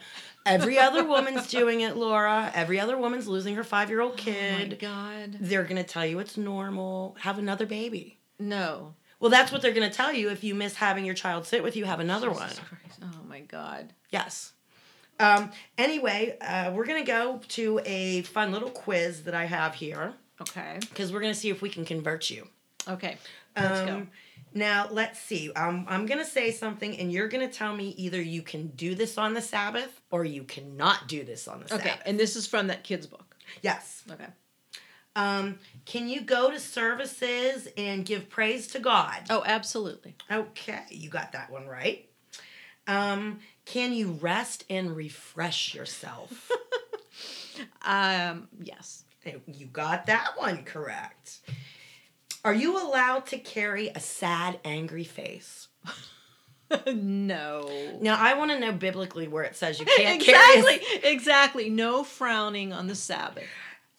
Speaker 2: Every other woman's doing it, Laura. Every other woman's losing her five year old
Speaker 1: Oh my
Speaker 2: kid.
Speaker 1: God.
Speaker 2: They're going to tell you it's normal. Have another baby.
Speaker 1: No.
Speaker 2: Well, that's what they're going to tell you if you miss having your child sit with you, have another one.
Speaker 1: Jesus Christ. Oh my God.
Speaker 2: Yes. Um, anyway, uh, we're going to go to a fun little quiz that I have here
Speaker 1: Okay.
Speaker 2: because we're going to see if we can convert you.
Speaker 1: Okay. Let's go.
Speaker 2: Um, Now, let's see. Um, I'm going to say something, and you're going to tell me either you can do this on the Sabbath or you cannot do this on the
Speaker 1: Okay.
Speaker 2: Sabbath.
Speaker 1: And this is from that kid's book.
Speaker 2: Yes.
Speaker 1: Okay.
Speaker 2: Um, can you go to services and give praise to God?
Speaker 1: Oh, absolutely.
Speaker 2: Okay, you got that one right. Um, can you rest and refresh yourself? Eh,
Speaker 1: Um, yes.
Speaker 2: you got that one correct. Are you allowed to carry a sad, angry face?
Speaker 1: no.
Speaker 2: Now, I want to know biblically where it says you can't carry.
Speaker 1: exactly. Exactly. No frowning on the Sabbath.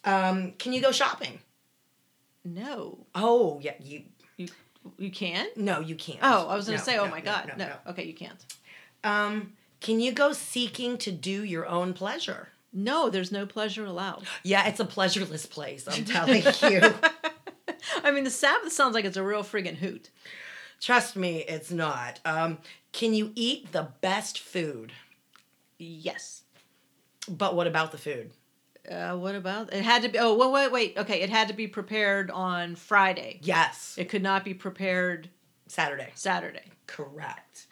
Speaker 2: a- Um, can you go shopping?
Speaker 1: No.
Speaker 2: Oh, yeah, you.
Speaker 1: You you can?
Speaker 2: No, you can't.
Speaker 1: Oh, I was gonna
Speaker 2: No,
Speaker 1: say, oh
Speaker 2: no,
Speaker 1: my
Speaker 2: no,
Speaker 1: God.
Speaker 2: no,
Speaker 1: No, Okay, you can't.
Speaker 2: no. Um, can you go seeking to do your own pleasure?
Speaker 1: No, there's no pleasure allowed.
Speaker 2: Yeah, it's a pleasureless place, I'm telling you.
Speaker 1: I mean, the Sabbath sounds like it's a real friggin' hoot.
Speaker 2: Trust me, it's not. Um, can you eat the best food?
Speaker 1: Yes.
Speaker 2: But what about the food?
Speaker 1: Uh, what about it? Had to be. Oh, wait, wait, wait. Okay, it had to be prepared on Friday.
Speaker 2: Yes,
Speaker 1: It could not be prepared
Speaker 2: Saturday.
Speaker 1: Saturday.
Speaker 2: Correct.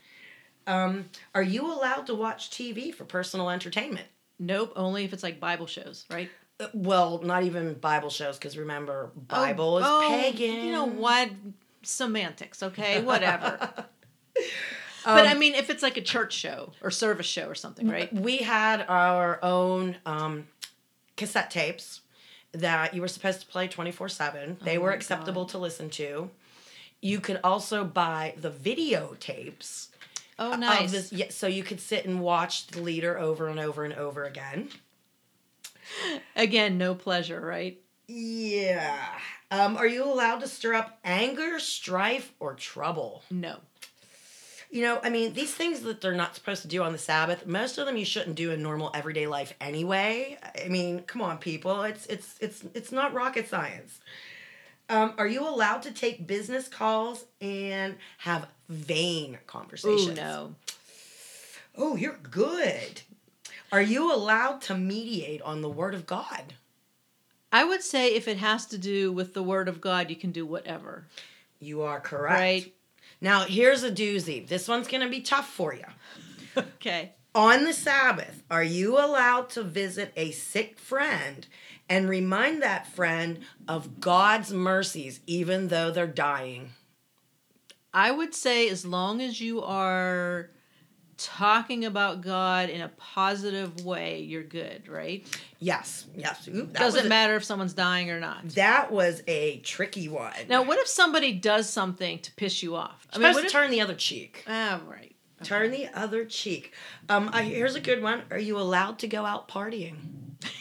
Speaker 2: Um, are you allowed to watch TV for personal entertainment?
Speaker 1: Nope. Only if it's like Bible shows, right?
Speaker 2: Uh, Well, not even Bible shows, because remember, Bible is
Speaker 1: Oh,
Speaker 2: pagan.
Speaker 1: You know what? Semantics. Okay, whatever. but
Speaker 2: Um,
Speaker 1: I mean, if it's like a church show or service show or something, right?
Speaker 2: We had our own um, cassette tapes that you were supposed to play 24 7. They
Speaker 1: Oh
Speaker 2: were acceptable to listen to. You could also buy the videotapes.
Speaker 1: Oh, nice.
Speaker 2: Of this, yeah, so you could sit and watch the leader over and over and over again.
Speaker 1: Again, no pleasure, right?
Speaker 2: Yeah. Um, are you allowed to stir up anger, strife, or trouble?
Speaker 1: No.
Speaker 2: You know, I mean, these things that they're not supposed to do on the Sabbath, most of them you shouldn't do in normal everyday life anyway. I mean, come on, people. It's it's it's it's not rocket science. Um, are you allowed to take business calls and have vain conversations?
Speaker 1: Ooh, no.
Speaker 2: Oh, you're good. Are you allowed to mediate on the Word of God?
Speaker 1: I would say if it has to do with the Word of God, you can do whatever,
Speaker 2: You are correct.
Speaker 1: right?
Speaker 2: Now, here's a doozy. This one's going to be tough for you.
Speaker 1: Okay.
Speaker 2: On the Sabbath, are you allowed to visit a sick friend and remind that friend of God's mercies even though they're dying?
Speaker 1: I would say as long as you are talking about God in a positive way, you're good, right?
Speaker 2: Yes, yes. Ooh, that was
Speaker 1: Doesn't
Speaker 2: a-
Speaker 1: matter if someone's dying or not.
Speaker 2: That was a tricky one.
Speaker 1: Now, what if somebody does something to piss you off? I
Speaker 2: I mean,
Speaker 1: what
Speaker 2: to
Speaker 1: if,
Speaker 2: turn the other cheek.
Speaker 1: Ah, right.
Speaker 2: Turn the other cheek. Um, I, here's a good one. Are you allowed to go out partying?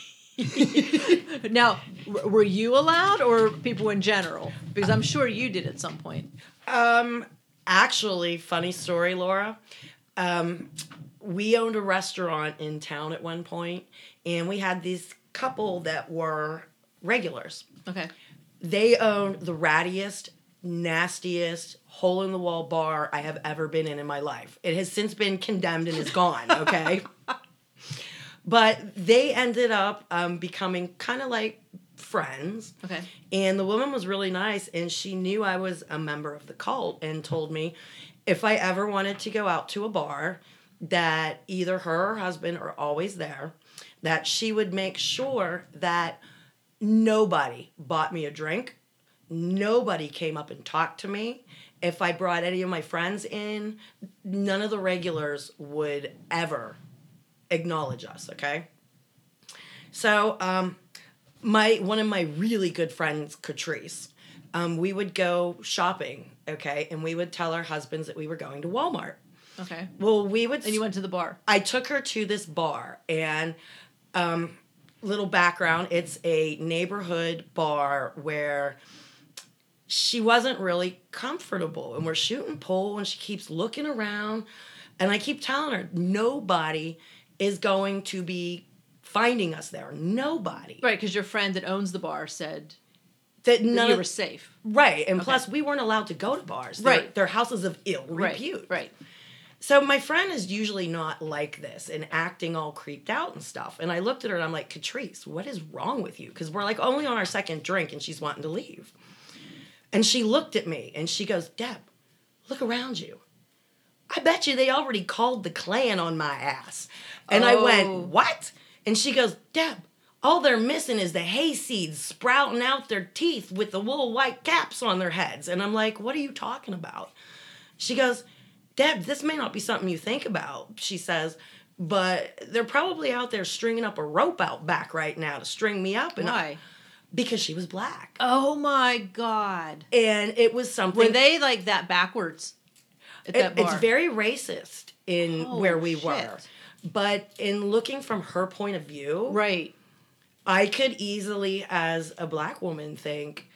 Speaker 1: Now, w- were you allowed or people in general? Because I'm sure you did at some point.
Speaker 2: Um, actually, funny story, Laura. Um, we owned a restaurant in town at one point, and we had this couple that were regulars.
Speaker 1: Okay.
Speaker 2: They owned the rattiest, nastiest, hole in the wall bar I have ever been in in my life. It has since been condemned and is gone, okay? but they ended up um, becoming kind of like friends.
Speaker 1: Okay.
Speaker 2: And the woman was really nice, and she knew I was a member of the cult and told me if I ever wanted to go out to a bar, that either her or husband are always there, that she would make sure that nobody bought me a drink, nobody came up and talked to me. If I brought any of my friends in, none of the regulars would ever acknowledge us, okay? So, um, my one of my really good friends, Catrice, um, we would go shopping, okay, and we would tell our husbands that we were going to Walmart.
Speaker 1: Okay.
Speaker 2: Well, we would.
Speaker 1: And you went to the bar.
Speaker 2: I took her to this bar, and um, little background: it's a neighborhood bar where she wasn't really comfortable, and we're shooting pool, and she keeps looking around, and I keep telling her nobody is going to be finding us there. Nobody.
Speaker 1: Right, because your friend that owns the bar said
Speaker 2: that
Speaker 1: that
Speaker 2: none
Speaker 1: you
Speaker 2: of
Speaker 1: were safe.
Speaker 2: right, and plus we weren't allowed to go to bars. They're-
Speaker 1: Right.
Speaker 2: they're houses of ill
Speaker 1: Right.
Speaker 2: repute.
Speaker 1: Right.
Speaker 2: So my friend is usually not like this and acting all creeped out and stuff. And I looked at her and I'm like, Catrice, what is wrong with you? Because we're like only on our second drink and she's wanting to leave. And she looked at me and she goes, Deb, look around you. I bet you they already called the Klan on my ass. And I
Speaker 1: Oh.
Speaker 2: went, What? And she goes, Deb, all they're missing is the hayseeds sprouting out their teeth with the wool white caps on their heads. And I'm like, What are you talking about? She goes, Deb, this may not be something you think about, she says, but they're probably out there stringing up a rope out back right now to string me up. And I-
Speaker 1: Why?
Speaker 2: because she was black.
Speaker 1: Oh my God.
Speaker 2: And it was something.
Speaker 1: Were they like that backwards at
Speaker 2: it-
Speaker 1: that bar?
Speaker 2: It's very racist in
Speaker 1: Oh,
Speaker 2: where we
Speaker 1: shit.
Speaker 2: were. But in looking from her point of view,
Speaker 1: right.
Speaker 2: I could easily, as a black woman, think,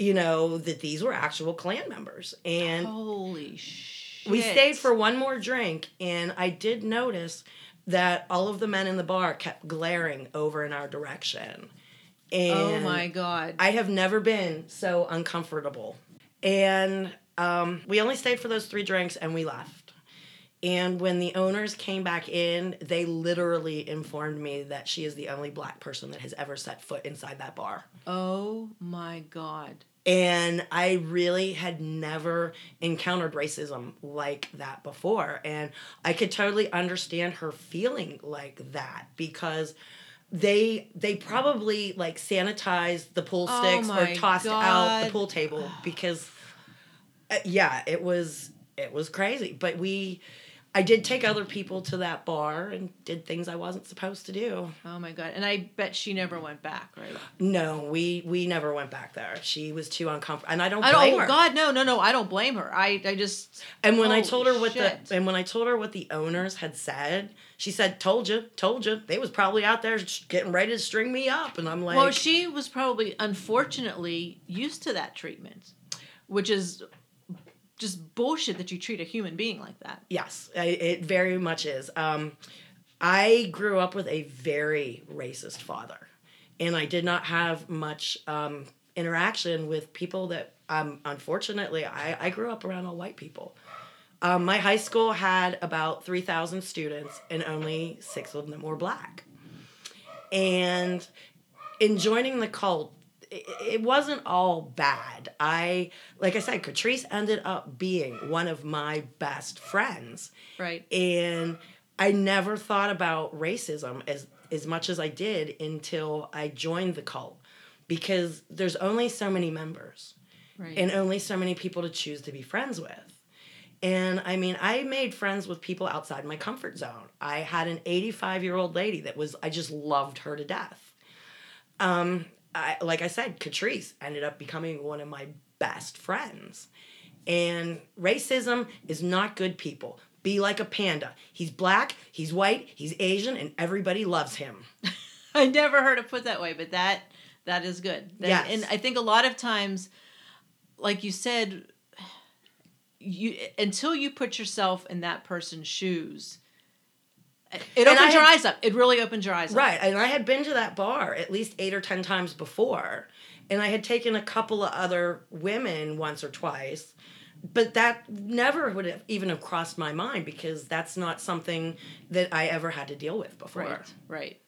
Speaker 2: you know, that these were actual Klan members.
Speaker 1: Oh,
Speaker 2: And
Speaker 1: Holy shit.
Speaker 2: we stayed for one more drink, and I did notice that all of the men in the bar kept glaring over in our direction. And
Speaker 1: Oh my God.
Speaker 2: I have never been so uncomfortable. And um, we only stayed for those three drinks and we left. And when the owners came back in, they literally informed me that she is the only black person that has ever set foot inside that bar.
Speaker 1: oh my God.
Speaker 2: And I really had never encountered racism like that before. And I could totally understand her feeling like that because they they probably like sanitized the pool
Speaker 1: Oh
Speaker 2: sticks
Speaker 1: my
Speaker 2: or tossed out the
Speaker 1: God.
Speaker 2: pool table because uh, yeah, it was it was crazy. But we I did take other people to that bar and did things I wasn't supposed to do.
Speaker 1: Oh my God. And I bet she never went back, right?
Speaker 2: No, we we never went back there. She was too uncomfortable, and I don't
Speaker 1: I
Speaker 2: blame
Speaker 1: don't,
Speaker 2: her.
Speaker 1: oh God, no, no, no. I don't blame her. I, I just.
Speaker 2: And when I
Speaker 1: Holy
Speaker 2: told her what
Speaker 1: shit.
Speaker 2: the and when I told her what the owners had said, she said, "Told you, told you, they was probably out there sh- getting ready to string me up." And I'm like,
Speaker 1: well, she was probably unfortunately used to that treatment, which is just bullshit that you treat a human being like that.
Speaker 2: "Yes, I, it very much is." Um, I grew up with a very racist father, and I did not have much um, interaction with people that, um, unfortunately, I, I grew up around all white people. Um, my high school had about 3,000 students, and only six of them were black. And in joining the cult, i- it wasn't all bad. I, like I said, Catrice ended up being one of my best friends
Speaker 1: Right.
Speaker 2: and I never thought about racism as as much as I did until I joined the cult because there's only so many members
Speaker 1: Right.
Speaker 2: and only so many people to choose to be friends with. And I mean, I made friends with people outside my comfort zone. I had an 85 year old lady that was, I just loved her to death. Um, I, like I said, Catrice ended up becoming one of my best friends. And racism is not good people. Be like a panda. He's black, he's white, he's Asian, and everybody loves him.
Speaker 1: I never heard it put that way, but that that is good. That-
Speaker 2: Yes.
Speaker 1: And I think a lot of times, like you said, you until you put yourself in that person's shoes, it
Speaker 2: And I
Speaker 1: opens your
Speaker 2: had-
Speaker 1: eyes up. It really opens your eyes up.
Speaker 2: Right. And I had been to that bar at least eight or 10 times before. And I had taken a couple of other women once or twice. But that never would have even have crossed my mind because that's not something that I ever had to deal with before.
Speaker 1: Right. Right.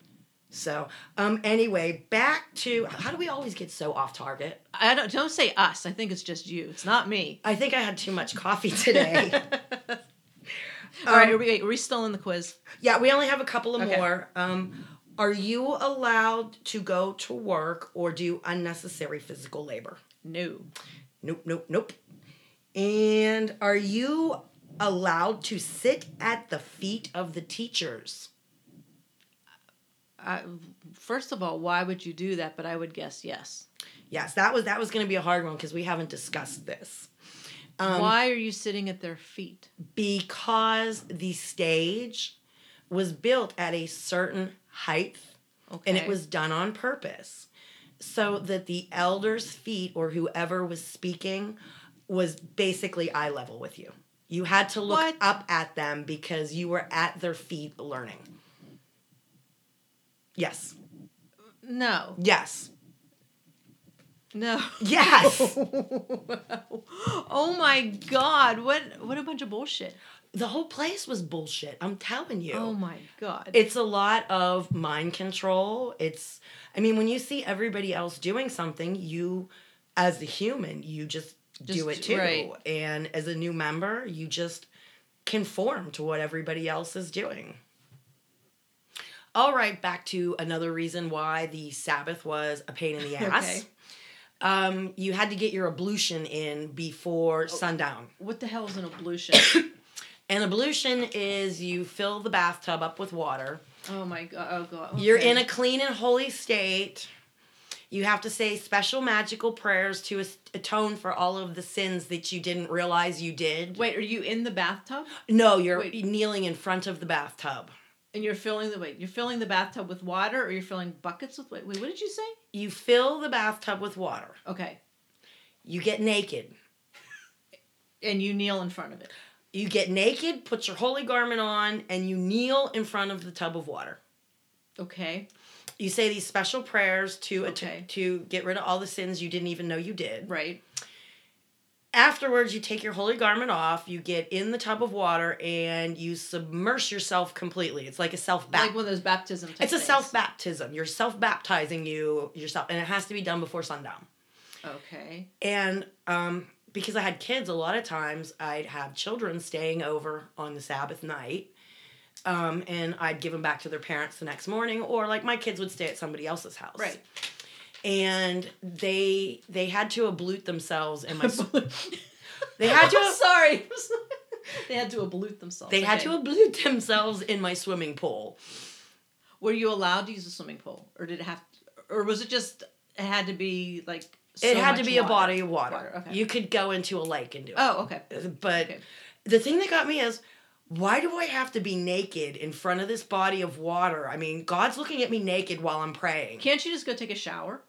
Speaker 2: So, um, anyway, back to how do we always get so off target?
Speaker 1: I don't don't say us. I think it's just you. It's not me.
Speaker 2: I think I had too much coffee today. Um,
Speaker 1: All right. Are we, are we still in the quiz?
Speaker 2: Yeah, we only have a couple of
Speaker 1: Okay.
Speaker 2: more. Um, are you allowed to go to work or do unnecessary physical labor?
Speaker 1: No.
Speaker 2: Nope, nope, nope. And are you allowed to sit at the feet of the teachers?
Speaker 1: I, first of all, why would you do that? But I would guess yes.
Speaker 2: Yes, that was that was going to be a hard one because we haven't discussed this. Um,
Speaker 1: why are you sitting at their feet?
Speaker 2: Because the stage was built at a certain height and it
Speaker 1: Okay.
Speaker 2: was done on purpose so that the elder's feet or whoever was speaking was basically eye level with you. You had to look
Speaker 1: What?
Speaker 2: up at them because you were at their feet learning. Yes.
Speaker 1: No.
Speaker 2: Yes.
Speaker 1: No.
Speaker 2: Yes.
Speaker 1: oh my god, what what a bunch of bullshit.
Speaker 2: the whole place was bullshit. I'm telling you.
Speaker 1: Oh my god.
Speaker 2: it's a lot of mind control. It's, I mean, when you see everybody else doing something, you, as the human, you just, do
Speaker 1: Just-
Speaker 2: it too.
Speaker 1: right.
Speaker 2: And as a new member, you just conform to what everybody else is doing. All right, back to another reason why the Sabbath was a pain in the ass.
Speaker 1: Okay.
Speaker 2: Um, you had to get your ablution in
Speaker 1: Oh.
Speaker 2: before sundown.
Speaker 1: what the hell is an ablution?
Speaker 2: An ablution is you fill the bathtub up with water.
Speaker 1: oh my god. Oh god.
Speaker 2: You're
Speaker 1: okay.
Speaker 2: in a clean and holy state. You have to say special magical prayers to as- atone for all of the sins that you didn't realize you did.
Speaker 1: Wait, are you in the bathtub?
Speaker 2: No, you're
Speaker 1: Wait.
Speaker 2: kneeling in front of the bathtub.
Speaker 1: And you're filling the wait, you're filling the bathtub with water or you're filling buckets with wait, wait what did you say?
Speaker 2: You fill the bathtub with water.
Speaker 1: Okay.
Speaker 2: You get naked.
Speaker 1: And you kneel in front of it.
Speaker 2: You get naked, put your holy garment on, and you kneel in front of the tub of water.
Speaker 1: Okay.
Speaker 2: You say these special prayers to at-
Speaker 1: Okay.
Speaker 2: to get rid of all the sins you didn't even know you did.
Speaker 1: Right.
Speaker 2: afterwards you take your holy garment off you get in the tub of water and you submerge yourself completely it's like a self
Speaker 1: Like
Speaker 2: baptism
Speaker 1: one of those baptism type
Speaker 2: it's a
Speaker 1: things.
Speaker 2: self baptism you're self baptizing you yourself and it has to be done before sundown
Speaker 1: Okay.
Speaker 2: and um because i had kids a lot of times i'd have children staying over on the sabbath night um, and i'd give them back to their parents the next morning or like my kids would stay at somebody else's house
Speaker 1: Right.
Speaker 2: and they they had to ablute themselves in my they had to
Speaker 1: I'm sorry. they had to ablute themselves.
Speaker 2: They had
Speaker 1: Okay.
Speaker 2: to ablute themselves in my swimming pool.
Speaker 1: Were you allowed to use a swimming pool, or did it have, or was it just it had to be like?
Speaker 2: it
Speaker 1: so
Speaker 2: had to
Speaker 1: much
Speaker 2: be a body of water.
Speaker 1: okay.
Speaker 2: You could go into a lake and do it.
Speaker 1: oh, okay.
Speaker 2: But
Speaker 1: Okay.
Speaker 2: the thing that got me is why do I have to be naked in front of this body of water? I mean, God's looking at me naked while I'm praying.
Speaker 1: Can't you just go take a shower?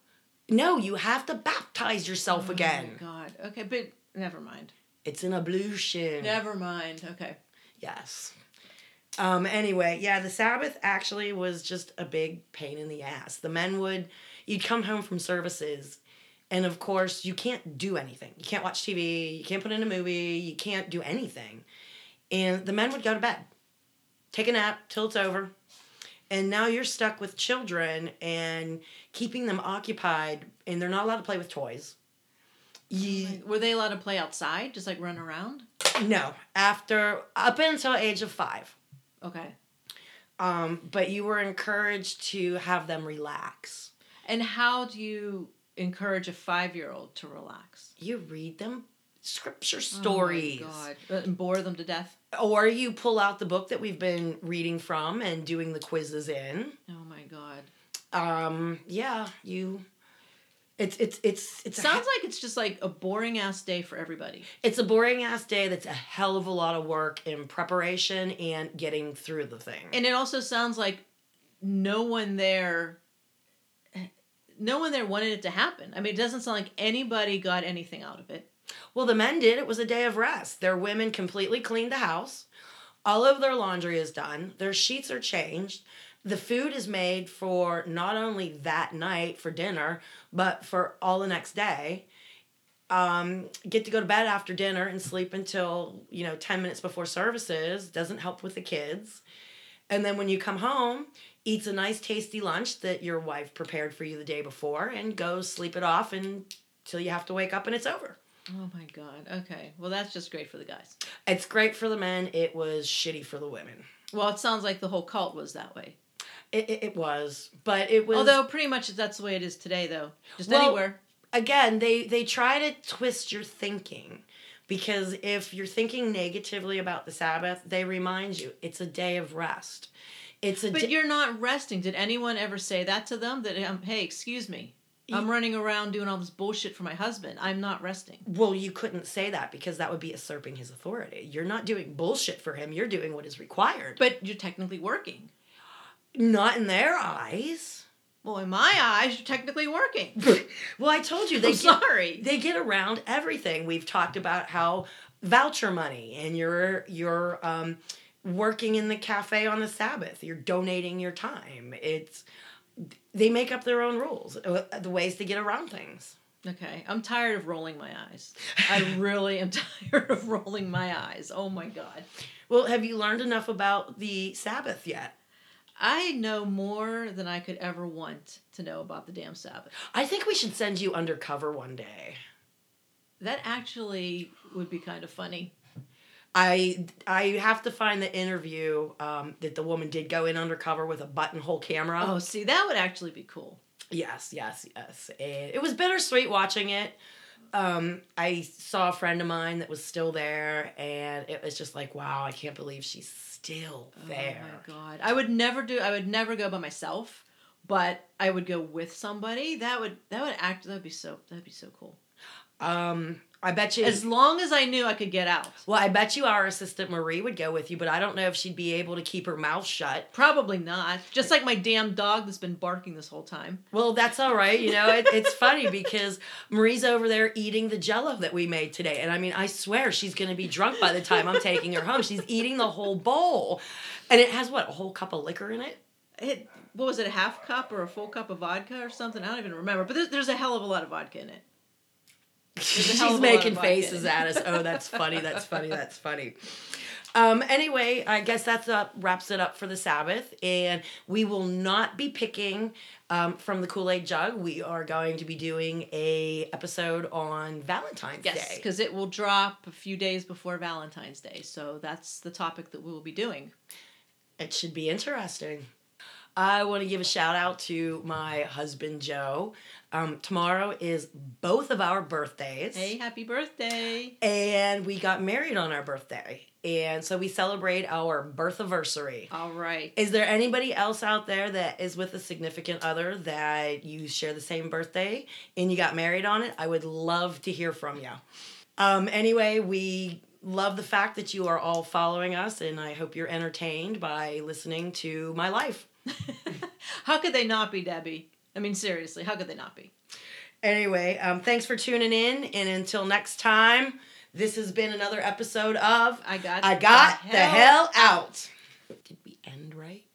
Speaker 2: No, you have to baptize yourself
Speaker 1: Oh my
Speaker 2: again.
Speaker 1: God. Okay, but never mind.
Speaker 2: It's an ablution.
Speaker 1: Never mind. Okay.
Speaker 2: Yes. Um, anyway, yeah, the Sabbath actually was just a big pain in the ass. The men would, you'd come home from services, and of course, you can't do anything. You can't watch TV, you can't put in a movie, you can't do anything. And the men would go to bed, take a nap till it's over. And now you're stuck with children and keeping them occupied, and they're not allowed to play with toys. You,
Speaker 1: Were they allowed to play outside, just like run around?
Speaker 2: no, after, up until age of five.
Speaker 1: Okay.
Speaker 2: um, but you were encouraged to have them relax.
Speaker 1: And how do you encourage a five-year-old to relax?
Speaker 2: You read them scripture
Speaker 1: Oh my
Speaker 2: stories,
Speaker 1: God. Uh, And bore them to death.
Speaker 2: or you pull out the book that we've been reading from and doing the quizzes in.
Speaker 1: Oh my God.
Speaker 2: Um, yeah, you. It's it's it's it's
Speaker 1: Sounds
Speaker 2: a,
Speaker 1: like it's just like a boring ass day for everybody.
Speaker 2: it's a boring ass day. That's a hell of a lot of work in preparation and getting through the thing.
Speaker 1: And it also sounds like no one there no one there wanted it to happen. I mean, it doesn't sound like anybody got anything out of it.
Speaker 2: Well, the men did. It was a day of rest. Their women completely cleaned the house. All of their laundry is done. Their sheets are changed. The food is made for not only that night for dinner, but for all the next day. Um, get to go to bed after dinner and sleep until, you know, 10 minutes before services. Doesn't help with the kids. And then when you come home, eats a nice tasty lunch that your wife prepared for you the day before and go sleep it off until you have to wake up and it's over.
Speaker 1: Oh my god. Okay. Well, that's just great for the guys.
Speaker 2: It's great for the men. It was shitty for the women.
Speaker 1: Well, it sounds like the whole cult was that way.
Speaker 2: It, it, it was, but it was.
Speaker 1: Although pretty much that's the way it is today though. Just
Speaker 2: Well-
Speaker 1: anywhere.
Speaker 2: again, they they try to twist your thinking, because if you're thinking negatively about the Sabbath, they remind you it's a day of rest. It's a
Speaker 1: But
Speaker 2: day,
Speaker 1: you're not resting. Did anyone ever say that to them that um, hey, excuse me. I'm running around doing all this bullshit for my husband. I'm not resting.
Speaker 2: well, you couldn't say that because that would be usurping his authority. You're not doing bullshit for him. You're doing what is required.
Speaker 1: But you're technically working.
Speaker 2: not in their eyes.
Speaker 1: Well, in my eyes, you're technically working.
Speaker 2: Well, I told you they
Speaker 1: I'm
Speaker 2: get-
Speaker 1: sorry.
Speaker 2: they get around everything. We've talked about how voucher money and you're you're um, working in the cafe on the Sabbath. You're donating your time. It's they make up their own rules, uh, the ways to get around things.
Speaker 1: Okay, I'm tired of rolling my eyes. I really am tired of rolling my eyes. Oh my god.
Speaker 2: Well, have you learned enough about the Sabbath yet?
Speaker 1: I know more than I could ever want to know about the damn Sabbath.
Speaker 2: I think we should send you undercover one day.
Speaker 1: That actually would be kind of funny.
Speaker 2: I I have to find the interview um, that the woman did go in undercover with a buttonhole camera.
Speaker 1: Oh, see, that would actually be cool.
Speaker 2: Yes, yes, yes. And it was bittersweet watching it. Um, I saw a friend of mine that was still there, and it was just like, wow, I can't believe she's still there.
Speaker 1: Oh my god. I would never do I would never go by myself, but I would go with somebody. That would that would act that'd be so that'd be so cool.
Speaker 2: Um, I bet you.
Speaker 1: As long as I knew I could get out.
Speaker 2: well, I bet you our assistant Marie would go with you, but I don't know if she'd be able to keep her mouth shut.
Speaker 1: Probably not. Just like my damn dog that's been barking this whole time.
Speaker 2: Well, that's all right. You know, it, it's funny because Marie's over there eating the jello that we made today. And I mean, I swear she's going to be drunk by the time I'm taking her home. She's eating the whole bowl. And it has what, a whole cup of liquor in it?
Speaker 1: It what was it, a half cup or a full cup of vodka or something? I don't even remember. But there's, there's a hell of a lot of vodka in it. a hell
Speaker 2: She's
Speaker 1: of a lot of
Speaker 2: making
Speaker 1: vodka.
Speaker 2: faces at us. Oh, that's funny. That's funny. That's funny. Um, anyway, I guess that's up wraps it up for the Sabbath, and we will not be picking um, from the Kool Aid jug. We are going to be doing a episode on Valentine's
Speaker 1: Yes,
Speaker 2: Day.
Speaker 1: because it will drop a few days before Valentine's Day. So that's the topic that we will be doing.
Speaker 2: It should be interesting. I want to give a shout out to my husband Joe. Um, tomorrow is both of our birthdays.
Speaker 1: Hey, happy birthday.
Speaker 2: And we got married on our birthday. And so we celebrate our birthiversary.
Speaker 1: All right.
Speaker 2: Is there anybody else out there that is with a significant other that you share the same birthday and you got married on it? I would love to hear from you. Um, anyway, we love the fact that you are all following us, and I hope you're entertained by listening to my life.
Speaker 1: How could they not be, Debbie? I mean, seriously, how could they not be?
Speaker 2: Anyway, um, thanks for tuning in, and until next time, this has been another episode of
Speaker 1: I got
Speaker 2: I Got the Hell Out. Did we end right?